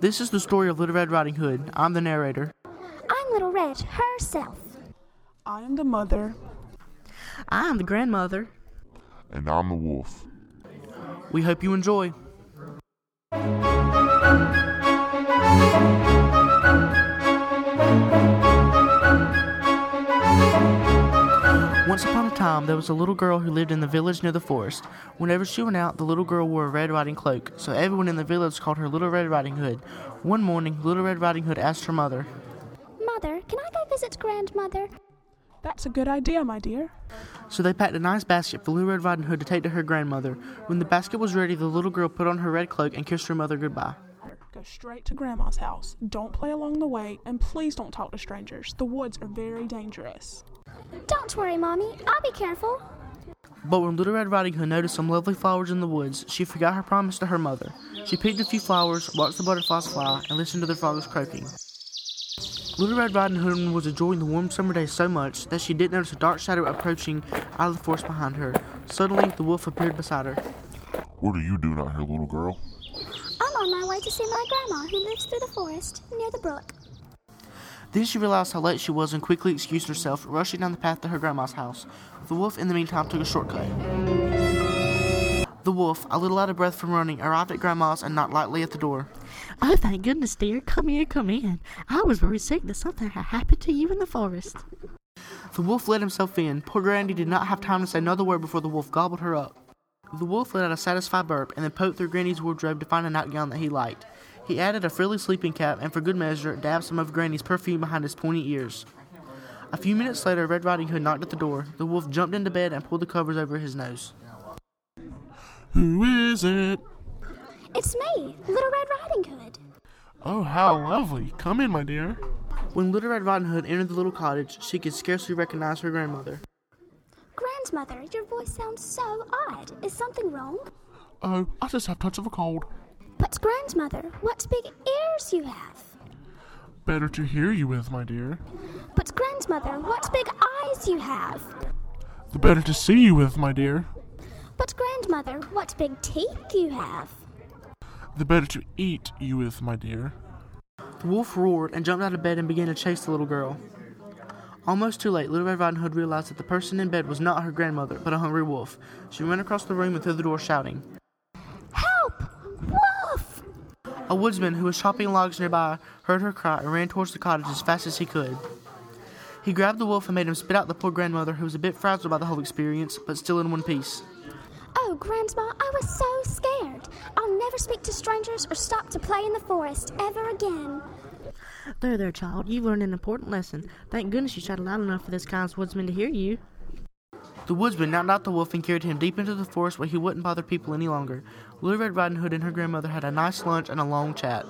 This is the story of Little Red Riding Hood. I'm the narrator. I'm Little Red herself. I am the mother. I am the grandmother. And I'm the wolf. We hope you enjoy. Once upon a time, there was a little girl who lived in the village near the forest. Whenever she went out, the little girl wore a Red Riding cloak, so everyone in the village called her Little Red Riding Hood. One morning, Little Red Riding Hood asked her mother, Mother, can I go visit grandmother? That's a good idea, my dear. So they packed a nice basket for Little Red Riding Hood to take to her grandmother. When the basket was ready, the little girl put on her red cloak and kissed her mother goodbye. Go straight to Grandma's house. Don't play along the way, and please don't talk to strangers. The woods are very dangerous. Don't worry, Mommy. I'll be careful. But when Little Red Riding Hood noticed some lovely flowers in the woods, she forgot her promise to her mother. She picked a few flowers, watched the butterflies fly, and listened to their fathers croaking. Little Red Riding Hood was enjoying the warm summer day so much that she didn't notice a dark shadow approaching out of the forest behind her. Suddenly, the wolf appeared beside her. What are you doing out here, little girl? I'm on my way to see my grandma who lives through the forest near the brook. Then she realized how late she was and quickly excused herself, rushing down the path to her grandma's house. The wolf, in the meantime, took a shortcut. The wolf, a little out of breath from running, arrived at grandma's and knocked lightly at the door. Oh, thank goodness, dear. Come in, come in. I was worried sick that something had happened to you in the forest. The wolf let himself in. Poor Granny did not have time to say another word before the wolf gobbled her up. The wolf let out a satisfied burp and then poked through Granny's wardrobe to find a nightgown that he liked. He added a frilly sleeping cap and, for good measure, dabbed some of Granny's perfume behind his pointy ears. A few minutes later, Red Riding Hood knocked at the door. The wolf jumped into bed and pulled the covers over his nose. Who is it? It's me, Little Red Riding Hood. Oh, how lovely. Come in, my dear. When Little Red Riding Hood entered the little cottage, she could scarcely recognize her grandmother. Grandmother, your voice sounds so odd. Is something wrong? Oh, I just have touch of a cold. But, Grandmother, what big ears you have. Better to hear you with, my dear. But, Grandmother, what big eyes you have. The better to see you with, my dear. But, Grandmother, what big teeth you have. The better to eat you with, my dear. The wolf roared and jumped out of bed and began to chase the little girl. Almost too late, Little Red Riding Hood realized that the person in bed was not her grandmother, but a hungry wolf. She ran across the room and through the door, shouting. Help! Wolf! A woodsman who was chopping logs nearby heard her cry and ran towards the cottage as fast as he could. He grabbed the wolf and made him spit out the poor grandmother, who was a bit frazzled by the whole experience, but still in one piece. Oh, Grandma, I was so scared. I'll never speak to strangers or stop to play in the forest ever again. There, there, child. You've learned an important lesson. Thank goodness you shouted loud enough for this kind woodsman to hear you. The woodsman knocked out the wolf and carried him deep into the forest where he wouldn't bother people any longer. Little Red Riding Hood and her grandmother had a nice lunch and a long chat.